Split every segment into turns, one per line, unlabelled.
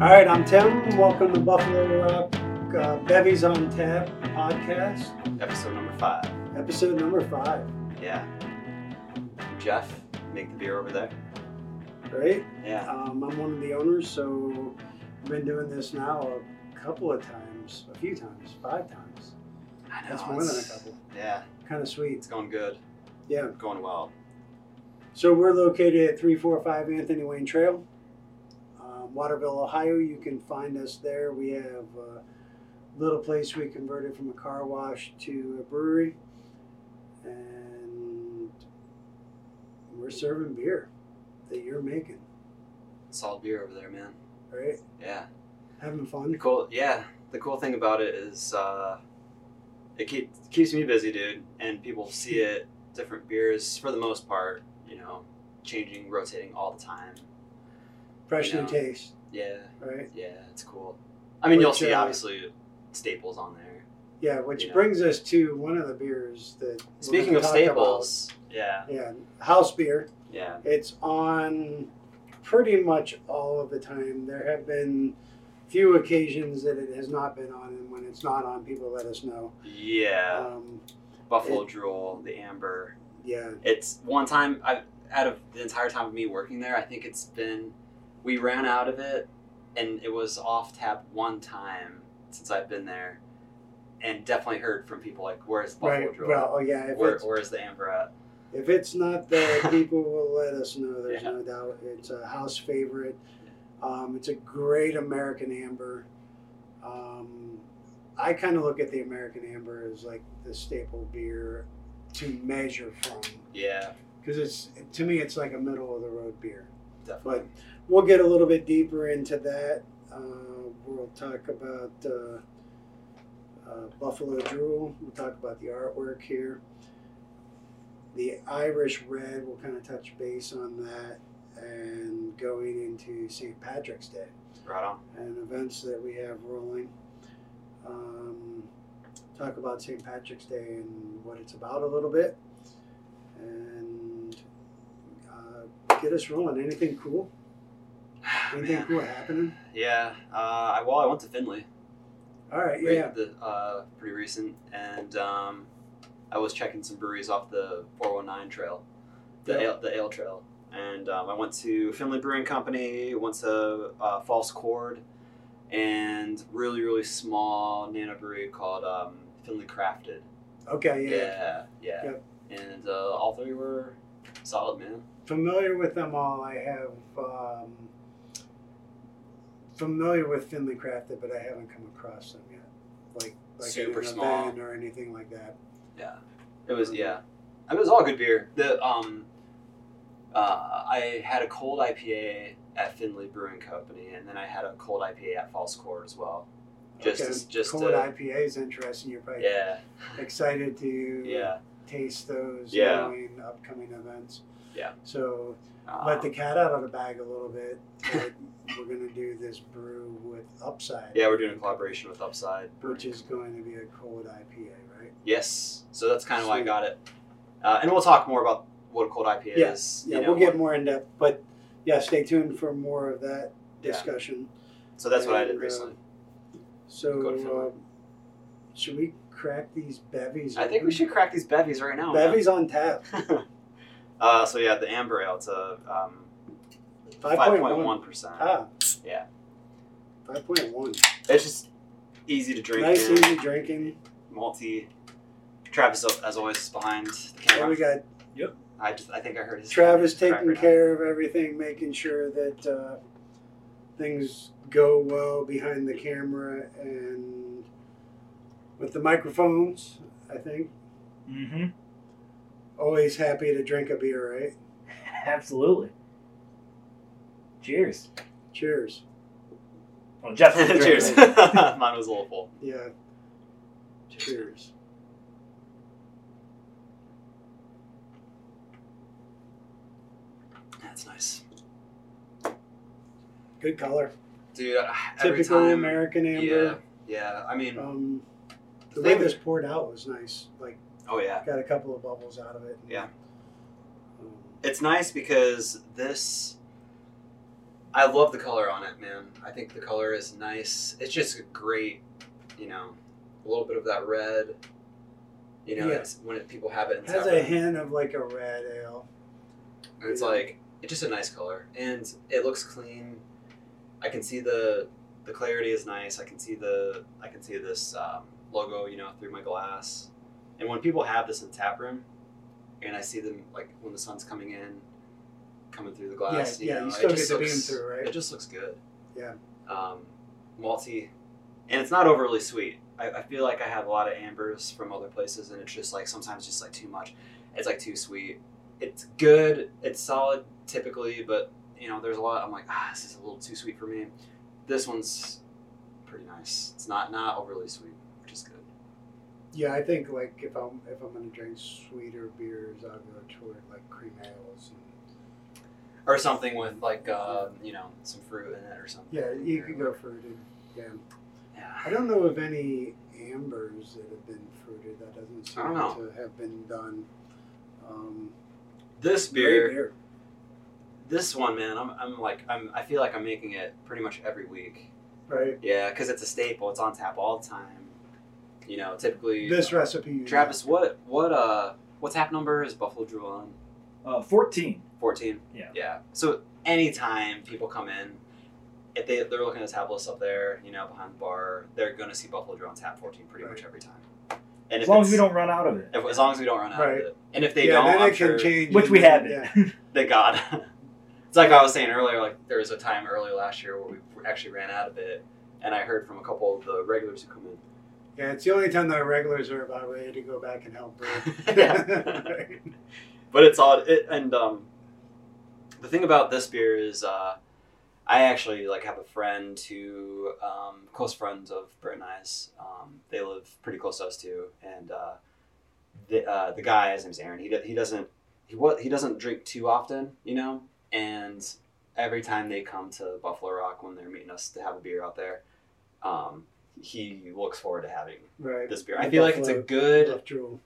I'm Tim. Welcome to Buffalo Rock uh, Bevies on Tap podcast,
episode number five.
episode number five.
Yeah. Jeff, make the beer over there.
Right?
Yeah.
Um, I'm one of the owners, so I've been doing this now a couple of times, a few times, five times.
I
That's more than a couple.
Yeah,
Kind of
it's
sweet.
going good.
Yeah.
Going well.
So we're located at 345 Anthony Wayne Trail, um, Waterville, Ohio. You can find us there. We have a little place we converted from a car wash to a brewery, and we're serving beer that you're making,
Solid beer over there, man.
right?
Yeah.
Having
The
fun.
cool. Yeah. The cool thing about it is, uh, it keep, keeps me busy, dude. And people see it. Different beers, for the most part, you know, changing, rotating all the time.
Fresh new
Yeah.
taste,
Yeah.
right?
Yeah. It's cool. I mean, you'll
Which,
see
uh,
obviously staples on there.
Yeah, which
Yeah.
brings us to one of the beers that. we're
Speaking
gonna
of
talk
staples. Yeah.
about. yeah, house beer.
Yeah.
It's on pretty much all of the time. There have been few occasions that it has not been on, and when it's not on, people let us know.
Yeah.
Um,
Buffalo Drool, the Amber.
yeah,
It's one time I out of the entire time of me working there, I think it's been we ran out of it and it was off tap one time since I've been there. And definitely heard from people like, Where's Buffalo
right.
Drool?
Well, oh yeah. If
Where,
it's
where's the Amber at?
if it's not there, people will let us know. There's
Yeah.
no doubt. It's a house favorite. Um, it's a great American amber. Um, I kind of look at the American amber as like the staple beer to measure from
Yeah,
because it's to me it's like a middle of the road beer.
definitely.
But we'll get a little bit deeper into that. Uh, we'll talk about uh, uh, Buffalo Drool. We'll talk about the artwork here. The Irish Red, we'll kind of touch base on that and going into St. Patrick's Day
Right on.
and events that we have rolling. Um, talk about St. Patrick's Day and what it's about a little bit. And uh, get us rolling. Anything cool? Anything
Man.
cool happening?
Yeah. Uh, I, well, I went to Finley.
All right,
re-
yeah.
the, uh, pretty recent, and um, I was checking some breweries off the 419 trail, the
Yeah.
ale, the ale trail, and um, I went to Finley Brewing Company, went to uh, False Chord, and really really small nano brewery called um, Finley Crafted.
Okay, yeah.
Yeah, yeah, and uh, all three were solid, man.
Familiar with them all. I have um, familiar with Finley Crafted, but I haven't come across them yet. Like like in
Super
an
small.
event or anything like that.
It was yeah, I mean, it was all good beer. The um, uh, I had a cold IPA at Findlay Brewing Company, and then I had a cold IPA at False Court as well. Just
okay.
as- just
cold
to-
IPA is interesting. You're probably
Yeah,
excited to
yeah.
taste those
Yeah.
knowing upcoming events.
Yeah.
So
Um,
let the cat out of the bag a little bit. but we're gonna do this brew with Upside.
Um, yeah, we're doing a collaboration with Upside,
Which is going to be a cold IPA, right?
yes. So that's kind of why I
Sweet.
got it, uh, and we'll talk more about what a cold IPA
Yeah,
is.
Yeah,
you know,
we'll get
what-
more in depth, but yeah, stay tuned for more of that
Yeah.
discussion.
So that's what I
and,
did
uh,
recently. Go to
So
Finland.
uh, should we crack these bevies?
I think we
open?
should crack these bevies right now. man.
Bevies on tap.
uh, so yeah, the amber ale. It's a um,
Five
five
point
point
one.
one percent.
Ah.
Yeah.
Five point one.
It's just easy to drink.
Nice,
man.
easy drinking.
malty. Travis, as always, is behind the
And
camera.
we got
I just, I think I heard his.
Travis
his crack
taking
right now.
care of everything, making sure that uh, things go well behind the camera and with the microphones. I think
Mm-hmm.
always happy to drink a beer, right?
Absolutely. Cheers.
Cheers.
Well, Jeff. drank
Cheers.
it.
Mine was a little full.
Yeah, cheers.
That's nice,
Good color.
dude. I- Every
Typical
time,
American
yeah,
amber.
yeah. I mean,
Um, the
The
way
thing-
this poured out was nice. Like
oh yeah.
got a couple of bubbles out of it.
Yeah.
Um,
It's nice because this I love the color on it, man. I think the color is nice. It's just a great, you know, a little bit of that red. You know,
Yeah.
it's when it, people have it in
Has
Sabra.
a hint of like a red ale.
And it's like it's just a nice color, and it looks clean. I can see the the clarity is nice. I can see the I can see this um, logo, you know, through my glass. And when people have this in the tap room, and I see them like when the sun's coming in, coming through the glass,
Yeah,
you
yeah,
know,
you still
it just
get the beam
looks,
through, right?
It just looks good.
Yeah.
Um, malty, and it's not overly sweet. I, I feel like I have a lot of ambers from other places, and it's just like sometimes just like too much. It's like too sweet it's good. It's solid typically, but you know, there's a lot. I'm like, ah, this is a little too sweet for me. This one's pretty nice. It's not not overly sweet, which is good.
Yeah, I think like if I'm if I'm gonna drink sweeter beers, I'll go toward like cream ales. And,
Or something with like um, you know some fruit in it or something.
yeah, you could go fruited. Yeah,
Yeah.
I don't know of any ambers that have been fruited. That doesn't seem
I don't know.
to have been done. Um,
This
great
beer, this one, man, I'm, I'm like I'm I feel like I'm making it pretty much every week.
right?
Yeah, because it's a staple. It's on tap all the time. You know, typically.
This recipe, you
Travis, what what uh what tap number is Buffalo Drew on?
Uh, 14.
14
Yeah.
yeah so anytime people come in if they, they're looking at tablets up there you know behind the bar they're going to see buffalo drew on tap 14 pretty much
Right.
every time and
As
if
long as we
it's-
don't run out of it,
if, as long as we don't run out
Right.
of it and if they
yeah,
don't
then
i'm
it can
sure
change.
which we
and-
haven't.
Yeah,
thank god it's like i was saying earlier like there was a time earlier last year where we actually ran out of it and i heard from a couple of the regulars who come in
yeah, it's the only time the regulars are about ready to go back and help. brew.
Yeah. but it's odd. It, and um, the thing about this beer is, uh, I actually like have a friend who, um, close friends of Britt and I's. Um, they live pretty close to us too, and uh, the uh, the guy, his name's Aaron. He do- he doesn't he what he doesn't drink too often, you know. And every time they come to Buffalo Rock when they're meeting us to have a beer out there, um, he looks forward to having
right.
this beer. I
The
feel like it's a
Buffalo-
good
Left drool.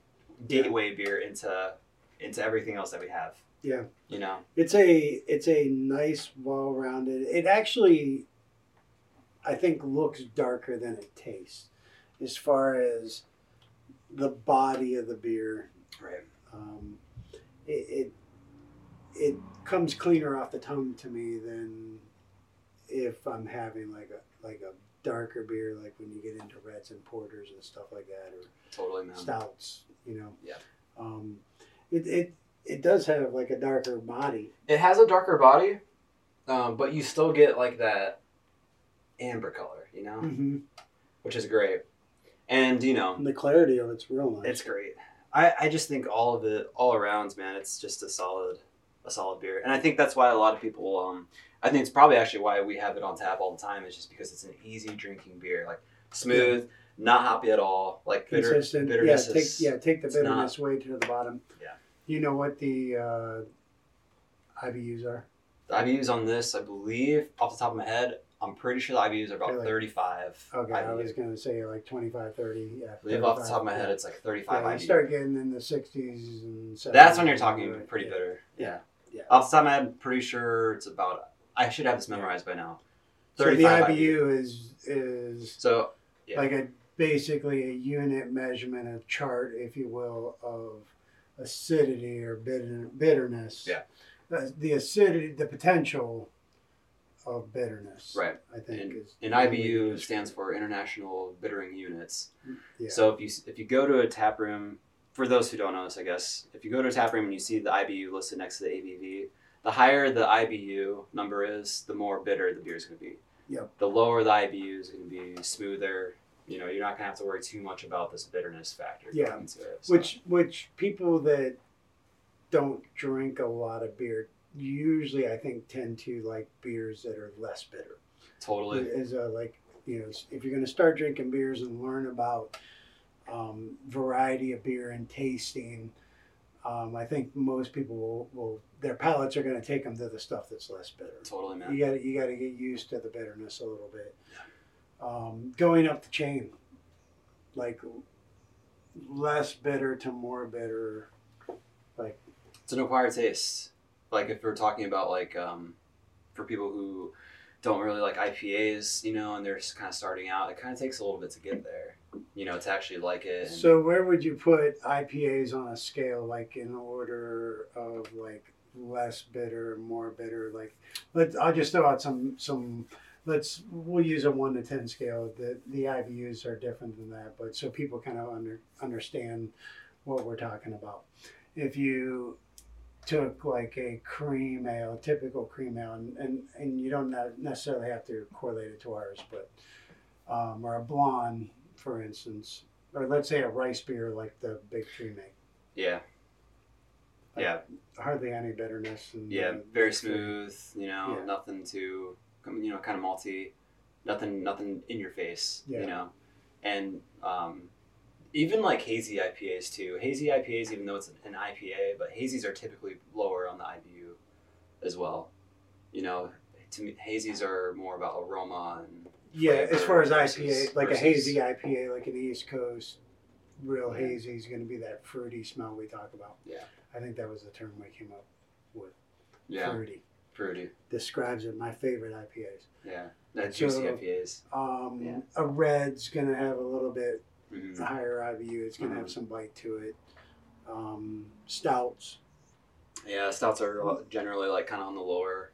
gateway beer into into everything else that we have.
Yeah.
You know.
It's a it's a nice, well-rounded. It actually, I think, looks darker than it tastes, as far as the body of the beer.
Right.
Um, it, it it comes cleaner off the tongue to me than if I'm having like a like a darker beer, like when you get into reds and porters and stuff like that, or
Totally man.
stouts. You know.
Yeah.
Um, it it it does have like a darker body.
It has a darker body, um, but you still get like that amber color, you know,
Mm-hmm.
which is great. And you know,
And the clarity of it's real nice.
it's great. I, I just think all of it all around, man, it's just a solid a solid beer. And I think that's why a lot of people um I think it's probably actually why we have it on tap all the time is just because it's an easy drinking beer. Like smooth, not hoppy at all. Like bitter
consistent. Yeah,
bitterness
take
is-
yeah, take the
it's not-
bitterness way to the bottom.
Yeah.
You know what the uh, IBUs are?
The IBUs on this, I believe, off the top of my head, I'm pretty sure the IBUs are about
Really?
35.
Okay, I
IBUs.
was gonna say like 25, 30. Yeah.
I believe off the
35,
top of my head,
yeah.
it's like 35
Yeah, you
IBUs.
start getting in the sixties and. 70s,
That's when you're talking
right?
pretty
yeah.
bitter.
Yeah. Yeah.
Off the top of my head, I'm pretty sure it's about, I should have this memorized by now.
So the
35
IBU is is
So, Yeah.
like a basically a unit measurement, a chart, if you will, of acidity or bitter, bitterness.
Yeah.
Uh, the acidity, the potential of bitterness.
right.
I think is
And
the way to
IBU
describe
stands
it.
for International Bittering Units.
Yeah.
So if you if you go to a tap room, for those who don't know this, I guess if you go to a tap room and you see the IBU listed next to the ABV, the higher the IBU number is, the more bitter the beer is going to be.
Yep.
The lower the IBU is going to be, smoother. You know, you're not going to have to worry too much about this bitterness factor.
Yeah.
going into it, so.
which which people that don't drink a lot of beer usually I think tend to like beers that are less bitter.
totally
Is uh, like you know if you're going to start drinking beers and learn about um, variety of beer and tasting. Um, I think most people will, will their palates are going to take them to the stuff that's less bitter.
totally man.
You got to you got to get used to the bitterness a little bit. Um, going up the chain, like less bitter to more bitter.
It's an acquired taste. Like if we're talking about like um, for people who don't really like IPAs, you know, and they're just kind of starting out, it kind of takes a little bit to get there, you know, to actually like it. And
So where would you put IPAs on a scale, like in order of like less bitter, more bitter? Like, let I'll just throw out some some. Let's we'll use a one to ten scale. The the IBUs are different than that, but so people kind of under, understand what we're talking about. If you took like a cream ale, typical cream ale, and and, and you don't ne- necessarily have to correlate it to ours, but um, or a blonde, for instance or let's say a rice beer like the Big Tree make.
yeah, yeah,
Hardly any bitterness. And uh,
yeah, very smooth, you know,
Yeah.
nothing too, you know, kind of malty, nothing, nothing in your face,
Yeah.
you know, and um, even like hazy IPAs too. Hazy IPAs, even though it's an IPA, but hazies are typically lower on the IBU as well. You know, to me, hazies are more about aroma and
Yeah,
flavor
as far as
versus-
IPA, like a
versus-
hazy IPA, like an East Coast, real
Yeah.
hazy is going to be that fruity smell we talk about.
Yeah.
I think that was the term we came up.
yeah,
Fruity
fruity,
describes it. My favorite IPAs.
yeah, that juicy
So-
IPAs.
Um,
Yeah.
A red's going to have a little bit
Mhm.
higher IBU. It's going
Mm.
to have some bite to it. Um, stouts.
Yeah, stouts are generally like kind of on the lower,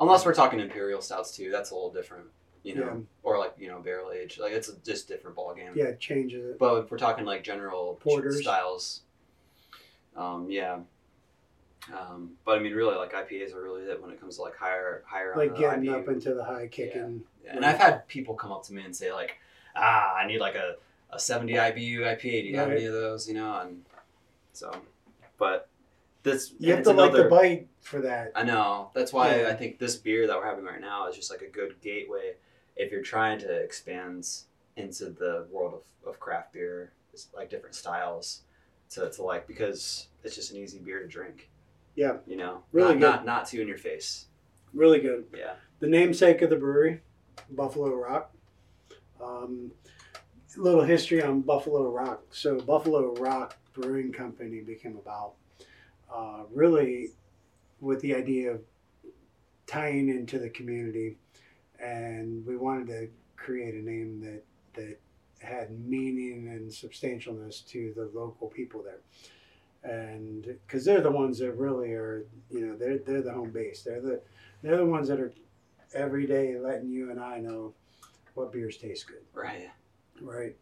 unless we're talking imperial stouts too. That's a little different, you know,
Yeah.
or like you know barrel age. Like it's a just different ball game.
Yeah, it changes it.
But if we're talking like general ch-
Porters.
styles, um, yeah. Um, but I mean, really, like IPAs are really it when it comes to like higher, higher.
Like
on the
getting up
IBU.
into the high kicking.
and I've had people come up to me and say like, ah, I need like a, a seventy IBU IPA. Do you have
Right.
any of those? You know, and so, but this
You
and
have
it's
to like
another-
the bite for that.
I know. That's why
Yeah.
I think this beer that we're having right now is just like a good gateway if you're trying to expand into the world of, of craft beer, it's like different styles to, to like because it's just an easy beer to drink.
Yeah.
You know?
Really
not,
good.
not not too in your face.
Really good.
Yeah.
The namesake of the brewery, Buffalo Rock. Um, little history on Buffalo Rock. So Buffalo Rock Brewing Company became about uh, really with the idea of tying into the community, and we wanted to create a name that that had meaning and substantialness to the local people there. And because they're the ones that really are, you know, they're, they're the home base. They're the they're the ones that are every day letting you and I know what beers taste good,
Right.
right?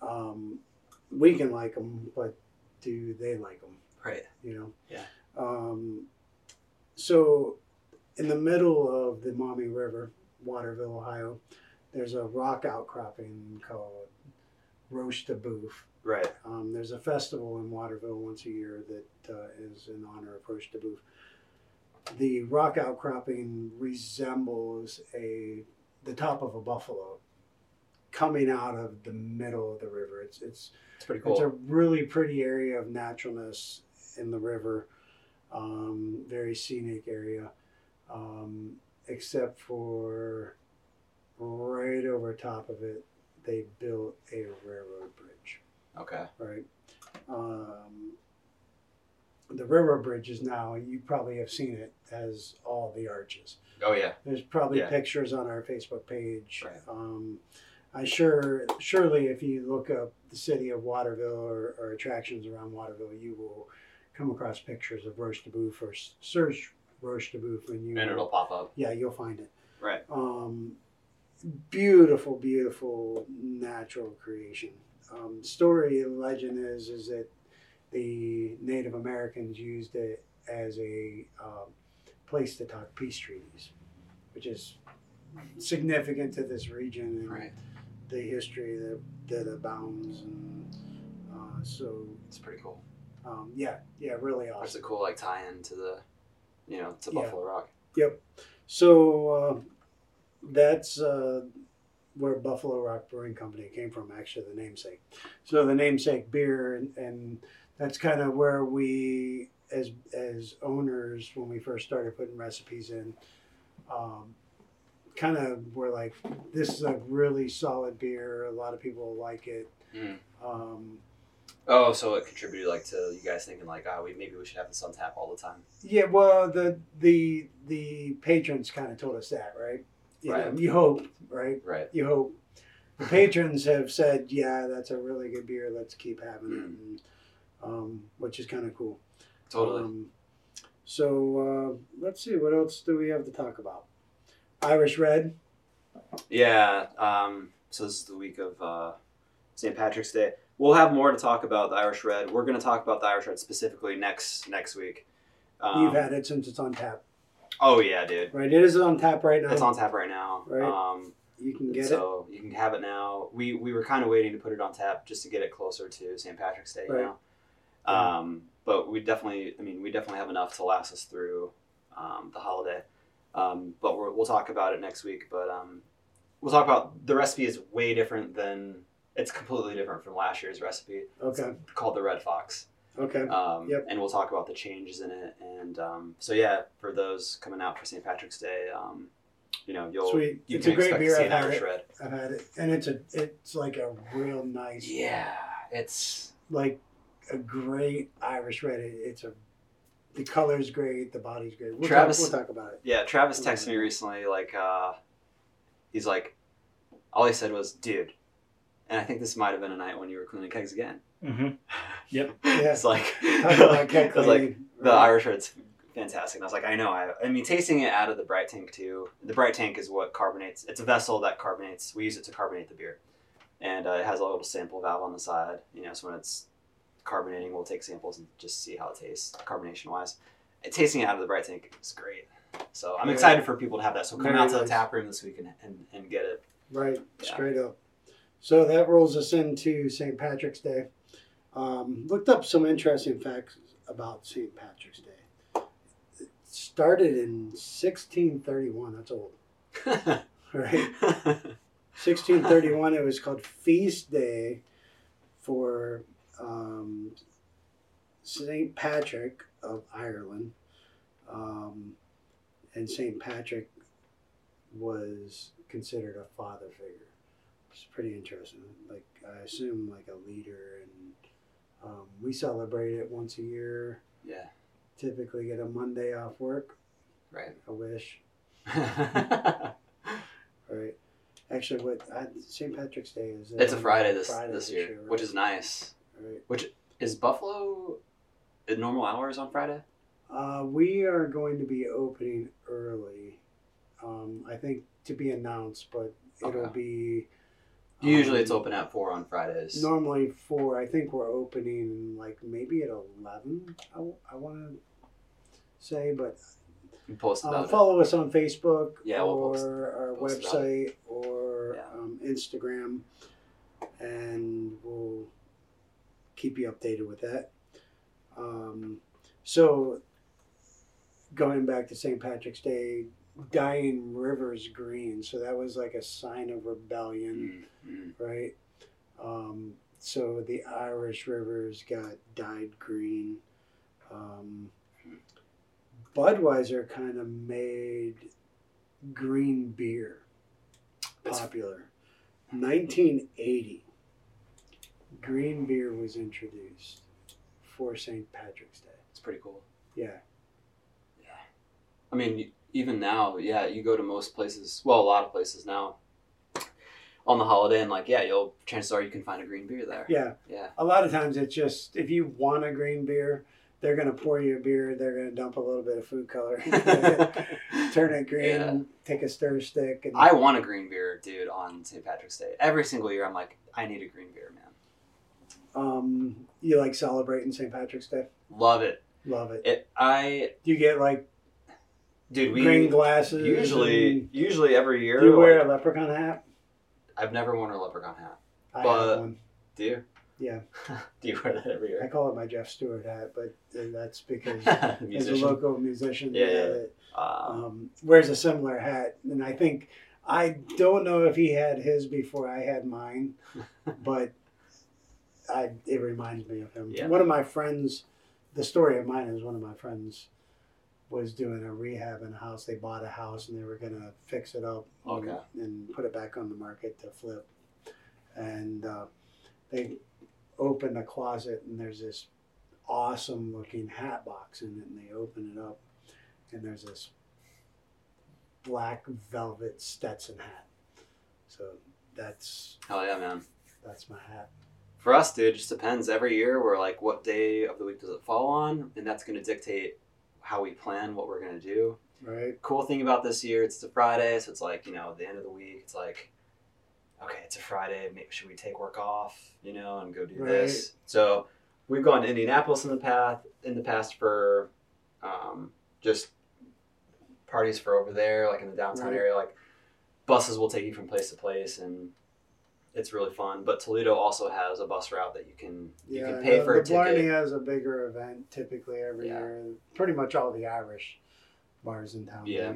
Um, we can like them, but do they like them?
Right.
You know.
Yeah.
Um, so, in the middle of the Maumee River, Waterville, Ohio, there's a rock outcropping called Roast a Boof.
Right.
Um, there's a festival in Waterville once a year that uh, is in honor of Roche de Boeuf. The rock outcropping resembles a the top of a buffalo coming out of the middle of the river. It's it's
It's pretty
it's a
cool.
really pretty area of naturalness in the river, um, very scenic area, um, except for right over top of it, they built a railroad bridge
okay.
right? Um, the railroad bridge is now, you probably have seen it as all the arches.
Oh yeah.
There's probably
Yeah.
pictures on our Facebook page.
Right.
Um, I sure, surely if you look up the city of Waterville or, or attractions around Waterville, you will come across pictures of Roche de Boeuf or s- search Roche de Boeuf and you
And
will
it'll pop up.
yeah, you'll find it.
Right.
Um, beautiful, beautiful natural creation. Um, story and legend is is that the Native Americans used it as a um, place to talk peace treaties, which is significant to this region and
Right.
the history that that abounds. And uh, so,
It's pretty cool.
um, yeah, yeah, really awesome.
It's a cool like tie in to the you know, to
Yeah.
Buffalo Rock.
So uh, that's uh, where Buffalo Rock Brewing Company came from, actually, the namesake. So the namesake beer, and, and that's kind of where we, as as owners, when we first started putting recipes in, um, kind of were like, this is a really solid beer. A lot of people will like it.
Mm.
Um,
Oh, so it contributed like to you guys thinking like, ah, we maybe we should have this on tap all the time.
Yeah, well, the the the patrons kind of told us that, right? You know,
Right.
you hope, right?
Right.
You hope. The patrons have said, "Yeah, that's a really good beer. Let's keep having it,"
Mm.
and, um, which is kind of cool.
Totally.
Um, so uh, let's see what else do we have to talk about. Irish Red.
Yeah. Um, so this is the week of uh, St. Patrick's Day. We'll have more to talk about the Irish Red. We're going to talk about the Irish Red specifically next next week. Um,
You've had it since it's on tap,
Oh yeah, dude.
right? It is on tap right now.
It's on tap right now.
Right.
Um,
you can get it.
so you can have it now. We we were kind of waiting to put it on tap just to get it closer to St. Patrick's Day.
Right.
You know? um, but we definitely, I mean, we definitely have enough to last us through um, the holiday. Um, but we're, we'll talk about it next week. But um, we'll talk about the recipe is way different than it's completely different from last year's recipe
Okay.
called the Red Fox.
Okay.
Um,
Yep.
And we'll talk about the changes in it. And um, so yeah, for those coming out for St. Patrick's Day, um, you know, you'll
Sweet.
you
it's
can
a great
expect
beer.
to see
I've
an
had
Irish
it.
Red.
I've had it, and it's a it's like a real nice.
Yeah, it's
like a great Irish red. It- It's a the color's great, the body's great. We'll,
Travis-
talk, we'll talk about it.
yeah. Travis texted me recently, like uh, he's like, all he said was, "Dude," and I think this might have been a night when you were cleaning kegs again.
Mm-hmm. Yep.
Yeah.
it's like,
Talk about
I
cat
was like,
cleaning,
the
right?
Irish Red's fantastic. And I was like, I know. I, I mean, tasting it out of the bright tank too. The bright tank is what carbonates. It's a vessel that carbonates. We use it to carbonate the beer, and uh, it has a little sample valve on the side. You know, so when it's carbonating, we'll take samples and just see how it tastes carbonation wise. Tasting it out of the bright tank is great. So I'm
Very-
excited for people to have that. So come
very
out to the
nice.
tap room this week and, and, and get it.
right
Yeah.
straight up. So that rolls us into St. Patrick's Day. Um, looked up some interesting facts about St. Patrick's Day. It started in 1631. That's old, right? 1631 it was called feast day for um, saint patrick of ireland um, and saint patrick was considered a father figure it's pretty interesting like i assume like a leader and um, we celebrate it once a year
yeah.
typically get a monday off work
Right.
i wish Right. Actually, what I, St. Patrick's Day is? uh,
it's a Friday this
Friday
this year,
right?
which is nice.
Right.
Is Buffalo at normal hours on Friday?
Uh, we are going to be opening early. Um, I think to be announced, but it'll
Okay.
be.
Usually
um,
it's open at four on Fridays.
Normally four. I think we're opening like maybe at eleven. I, want to say, but
We post
uh,
about
follow us on Facebook
Yeah, we'll
or
post-
our
post about
website or
Yeah.
um, Instagram, and we'll keep you updated with that. Um, so, going back to St. Patrick's Day, dyeing rivers green. So that was like a sign of
it.
rebellion,
Mm, mm.
right? Um, so the Irish rivers got dyed green. Um, Budweiser kind of made green beer
It's-
popular. 1980, green beer was introduced for St. Patrick's Day.
It's pretty cool.
Yeah,
I mean, even now, yeah, you go to most places, well, a lot of places now on the holiday, and like, yeah, you'll, chances are you can find a green beer there.
yeah.
Yeah.
A lot of times it's just if you want a green beer, they're gonna pour you a beer. They're gonna dump a little bit of food color, turn it green,
Yeah.
take a stir stick, and
I want a green beer, dude, on St. Patrick's Day. Every single year, I'm like, I need a green beer, man.
um, you like celebrating St. Patrick's Day.
Love it.
Love it.
It, I,
Do you get like
dude, we
green glasses?
usually,
and-
usually every year,
do you wear
like,
a leprechaun hat?
I've never worn a leprechaun hat.
I have
But-
one.
Do you?
Yeah.
Do you wear that every
I
year?
call it my Jeff Stewart hat, but uh, that's because as a
Musician.
local musician
Yeah, yeah.
that
Uh,
um, wears a similar hat. And I think, I don't know if he had his before I had mine, but I, it reminds me of him.
Yeah.
One of my friends, the story of mine is one of my friends was doing a rehab in a house. They bought a house and they were going to fix it up and-
Okay.
and, put it back on the market to flip. And uh, they open the closet and there's this awesome looking hat box in it and they open it up and there's this black velvet Stetson hat. So that's
Hell yeah, man.
that's my hat.
For us, dude, it just depends. Every year, we're like, what day of the week does it fall on? And that's going to dictate how we plan what we're going to do.
Right?
cool thing about this year, it's a Friday, so it's like, you know, the end of the week, it's like, okay, it's a Friday, maybe should we take work off, you know, and go do this? So we've gone to Indianapolis in the path in the past for um, just parties for over there, like in the downtown
Right.
area, like buses will take you from place to place and it's really fun. But Toledo also has a bus route that you can you can pay
the,
for
the
a ticket.
Blarney has a bigger event typically every
Yeah.
year. Pretty much all the Irish bars in town. do.
Yeah.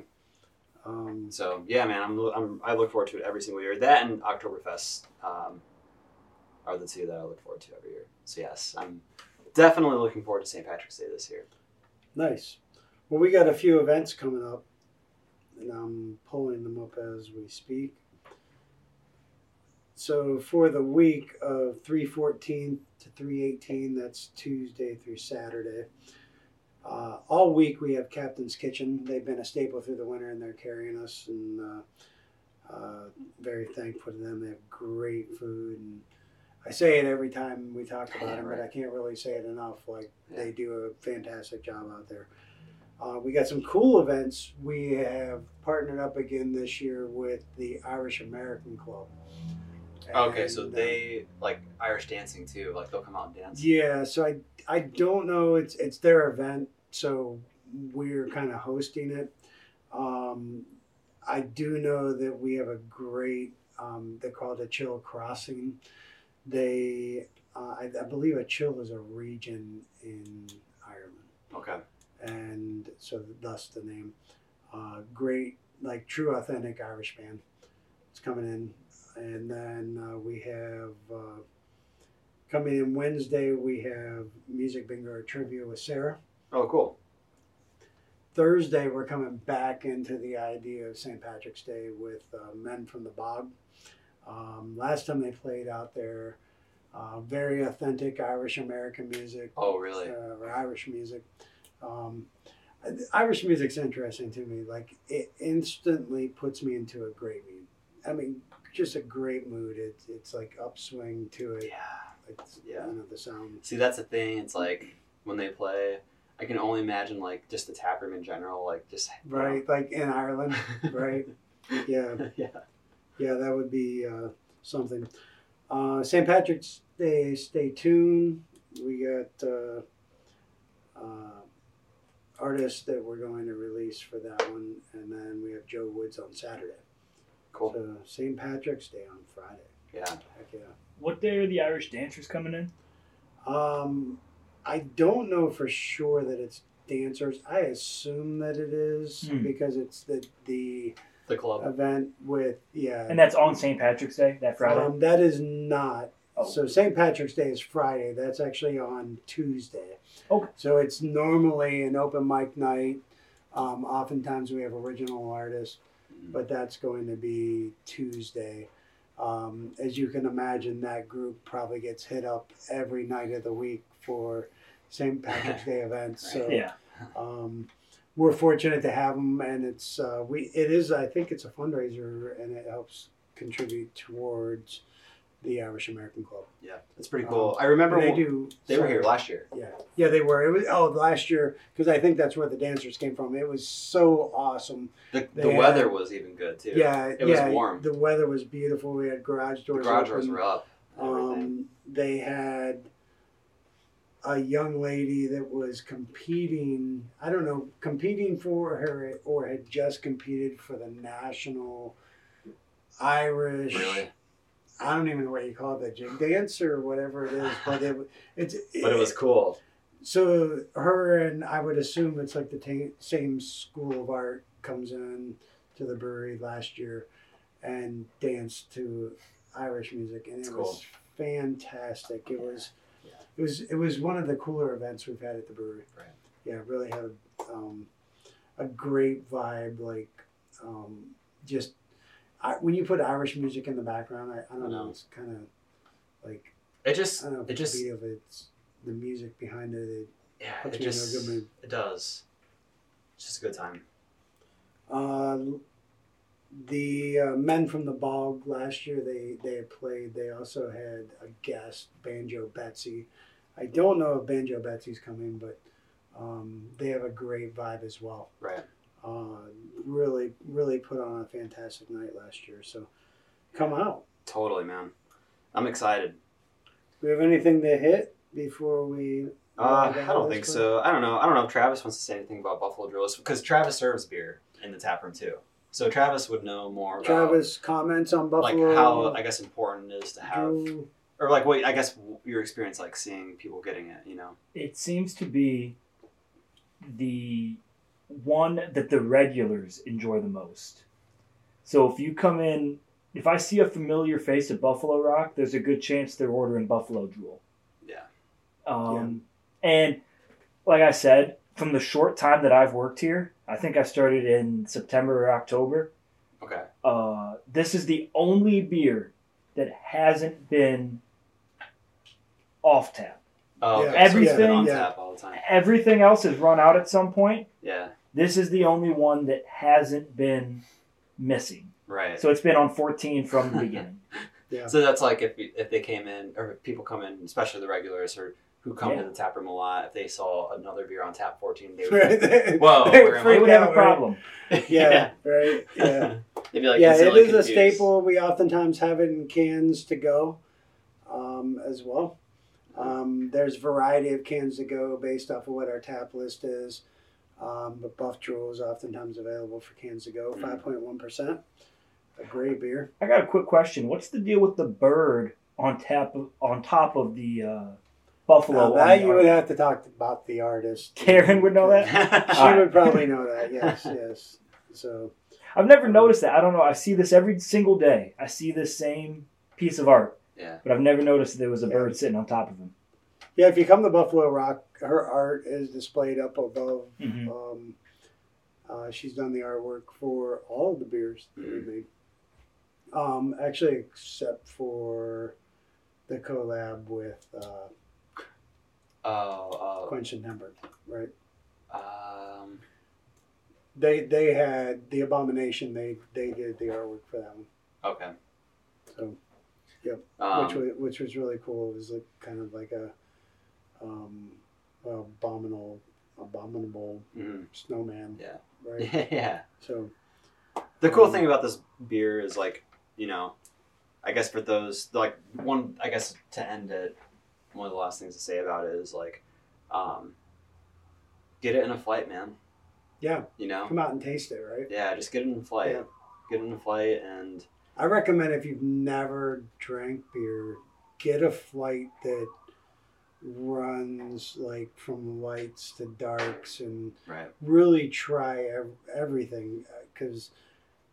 Um,
So yeah, man, I'm, I'm I look forward to it every single year. That and Oktoberfest um, are the two that I look forward to every year. So yes, I'm definitely looking forward to St. Patrick's Day this year.
Nice. Well, we got a few events coming up, and I'm pulling them up as we speak. So for the week of 314 to 318, that's Tuesday through Saturday. Uh, all week we have Captain's Kitchen. They've been a staple through the winter, and they're carrying us, and uh, uh, very thankful to them. They have great food, and I say it every time we talk about
Yeah,
them,
right.
but I can't really say it enough. Like
Yeah.
they do a fantastic job out there. Uh, we got some cool events. We have partnered up again this year with the Irish American Club.
Okay, so
And, uh,
they like Irish dancing too. Like they'll come out and dance.
yeah, so I I don't know. It's it's their event, so we're kind of hosting it. Um, I do know that we have a great. Um, they call it a chill crossing. They, uh, I, I believe, a chill is a region in Ireland
Okay.
and so thus the name. Uh, great, like true, authentic Irish band. It's coming in, and then uh, we have uh, coming in Wednesday. We have music bingo or trivia with Sarah.
Oh, cool.
Thursday, we're coming back into the idea of St. Patrick's Day with uh, Men from the Bog. Um, last time they played out there, uh, very authentic Irish American music
Oh, really?
uh, or Irish music. Um, Irish music's interesting to me. Like it instantly puts me into a great mood. I mean, just a great mood. It's it's like upswing to it.
Yeah.
Like,
Yeah.
You know the sound.
See, that's the thing. It's like when they play. I can only imagine like just the tap room in general, like just you know.
Right. Like in Ireland. Right. yeah.
yeah.
Yeah. That would be uh, something. Uh, St. Patrick's Day. Stay tuned. We got uh, uh, artists that we're going to release for that one, and then we have Joe Woods on Saturday.
Cool.
So St. Patrick's Day on Friday.
Yeah.
Heck yeah.
What day are the Irish dancers coming in?
Um, I don't know for sure that it's dancers. I assume that it is
Hmm.
because it's the the
The club.
event with yeah.
And that's on St. Patrick's Day, that Friday.
Um, that is not.
Oh.
So St. Patrick's Day is Friday. That's actually on Tuesday.
Okay.
So it's normally an open mic night. Um, oftentimes we have original artists. but that's going to be Tuesday. Um, as you can imagine, that group probably gets hit up every night of the week for St. Patrick's Day events. So
yeah.
um, we're fortunate to have them, and it's uh, we it is I think it's a fundraiser, and it helps contribute towards the Irish American Club.
Yeah. It's pretty
Um,
cool. Oh, I remember
they
when-
do.
They were
sorry.
here last year.
Yeah, yeah, they were. It was oh last year because I think that's where the dancers came from. It was so awesome.
The, the
They had-
weather was even good too.
Yeah,
It was
yeah,
warm.
The weather was beautiful. We had garage
the
doors.
garage
open.
doors were up. and everything.
Um, they had a young lady that was competing. I don't know, competing for her or had just competed for the national Irish.
really,
I don't even know what you call it, the jig dance or whatever it is, but it it's
but it was cool.
so her and I would assume it's like the ta same school of art comes in to the brewery last year and danced to Irish music and
That's
it
cool.
was fantastic. It was
Yeah.
it was it was one of the cooler events we've had at the brewery.
Right.
Yeah, it really had um, a great vibe like um, just I, when you put Irish music in the background, I, I don't know,
know.
it's kind of like
It just
I don't know if
it just
the beat of it's the music behind it. it
yeah
puts
it
me in a good
just
mood.
it does. It's just a good time.
uh, the uh, men from the bog last year they they had played. They also had a guest banjo Betsy. I don't know if banjo Betsy's coming, but um, they have a great vibe as well.
Right.
Uh, really, really put on a fantastic night last year. So come out.
Totally, man. I'm excited.
Do we have anything to hit before we?
Uh,
log out
I don't
of
think
this one?
so. I don't know. I don't know if Travis wants to say anything about Buffalo Drills because Travis serves beer in the tap room too. So Travis would know more about
Travis comments on
like
Buffalo.
how I guess important it is to have
Drew,
or like what I guess w- your experience like seeing people getting it. You know.
It seems to be the one that the regulars enjoy the most. So if you come in, if I see a familiar face at Buffalo Rock, there's a good chance they're ordering Buffalo Jewel.
Yeah.
Um, And like I said, from the short time that I've worked here, I think I started in September or October.
Okay.
Uh, this is the only beer that hasn't been off tap.
Oh,
Yeah.
okay. So it's been
Everything-
on
yeah.
tap all the time.
Everything else has run out at some point.
Yeah.
This is the only one that hasn't been missing.
Right.
So it's been on 14 from the beginning.
Yeah.
So that's like if if they came in or if people come in, especially the regulars or who come to the tap room a lot, if they saw another beer on tap fourteen, they would. Whoa,
They
where am I?
they
freak
would have
out,
a
right?
problem.
Yeah, right. Yeah,
They'd be like,
yeah. It
instantly
is a
confused.
staple. We oftentimes have it in cans to go, um, as well. Um, there's variety of cans to go based off of what our tap list is. Um, but Buff Drool is oftentimes available for cans to go.
Mhm.
Five point one percent. A great beer.
I got a quick question. What's the deal with the bird on tap on top of the uh, buffalo?
Now
on
that
the
you
ar-
would have to talk about the artist.
Karen would know that?
She
All right.
would probably know that. Yes, yes. So
I've never noticed that. I don't know. I see this every single day. I see this same piece of art,
yeah.
but I've never noticed there was a
Yeah.
bird sitting on top of him.
yeah, if you come to Buffalo Rock, her art is displayed up above
Mm-hmm.
Um,
Mm-hmm.
uh, she's done the artwork for all of the beers that we made. Um, actually, except for the collab with uh,
Oh.
Quench and Tempered, right?
oh, um.
They they had the Abomination. They they did the artwork for that one,
Okay.
so Yep.
Um,
which was which was really cool. It was like kind of like a um, abominable abominable
mhm.
snowman,
Yeah.
right?
mm-hmm. yeah.
So
The cool
Um,
thing about this beer is like, you know, I guess for those like one I guess to end it, one of the last things to say about it is like, um get it in a flight, man.
Yeah.
You know?
come out and taste it, right?
Yeah, just get it in a flight.
Yeah.
Get it in a flight and
I recommend if you've never drank beer, get a flight that runs like from lights to darks and
Right.
really try ev- everything because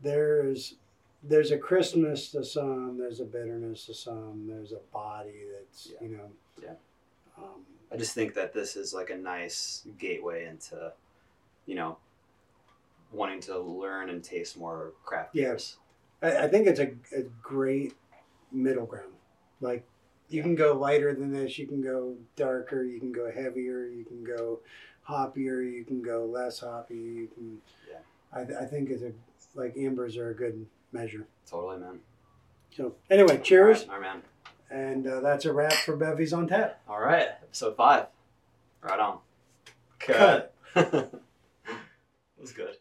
there's there's a crispness to some, there's a bitterness to some, there's a body that's
Yeah.
you know
Yeah.
um,
I just think that this is like a nice gateway into, you know, wanting to learn and taste more craft
Yeah.
beers.
I, I think it's a, a great middle ground. Like you can go lighter than this, you can go darker, you can go heavier, you can go hoppier, you can go less hoppy. You can.
Yeah.
I, I think it's a like ambers are a good measure.
Totally, man.
So anyway, cheers,
All right, all right man.
and uh, that's a wrap for Bevies on Tap.
All right, episode five. Right on.
Cut.
Cut. it was good.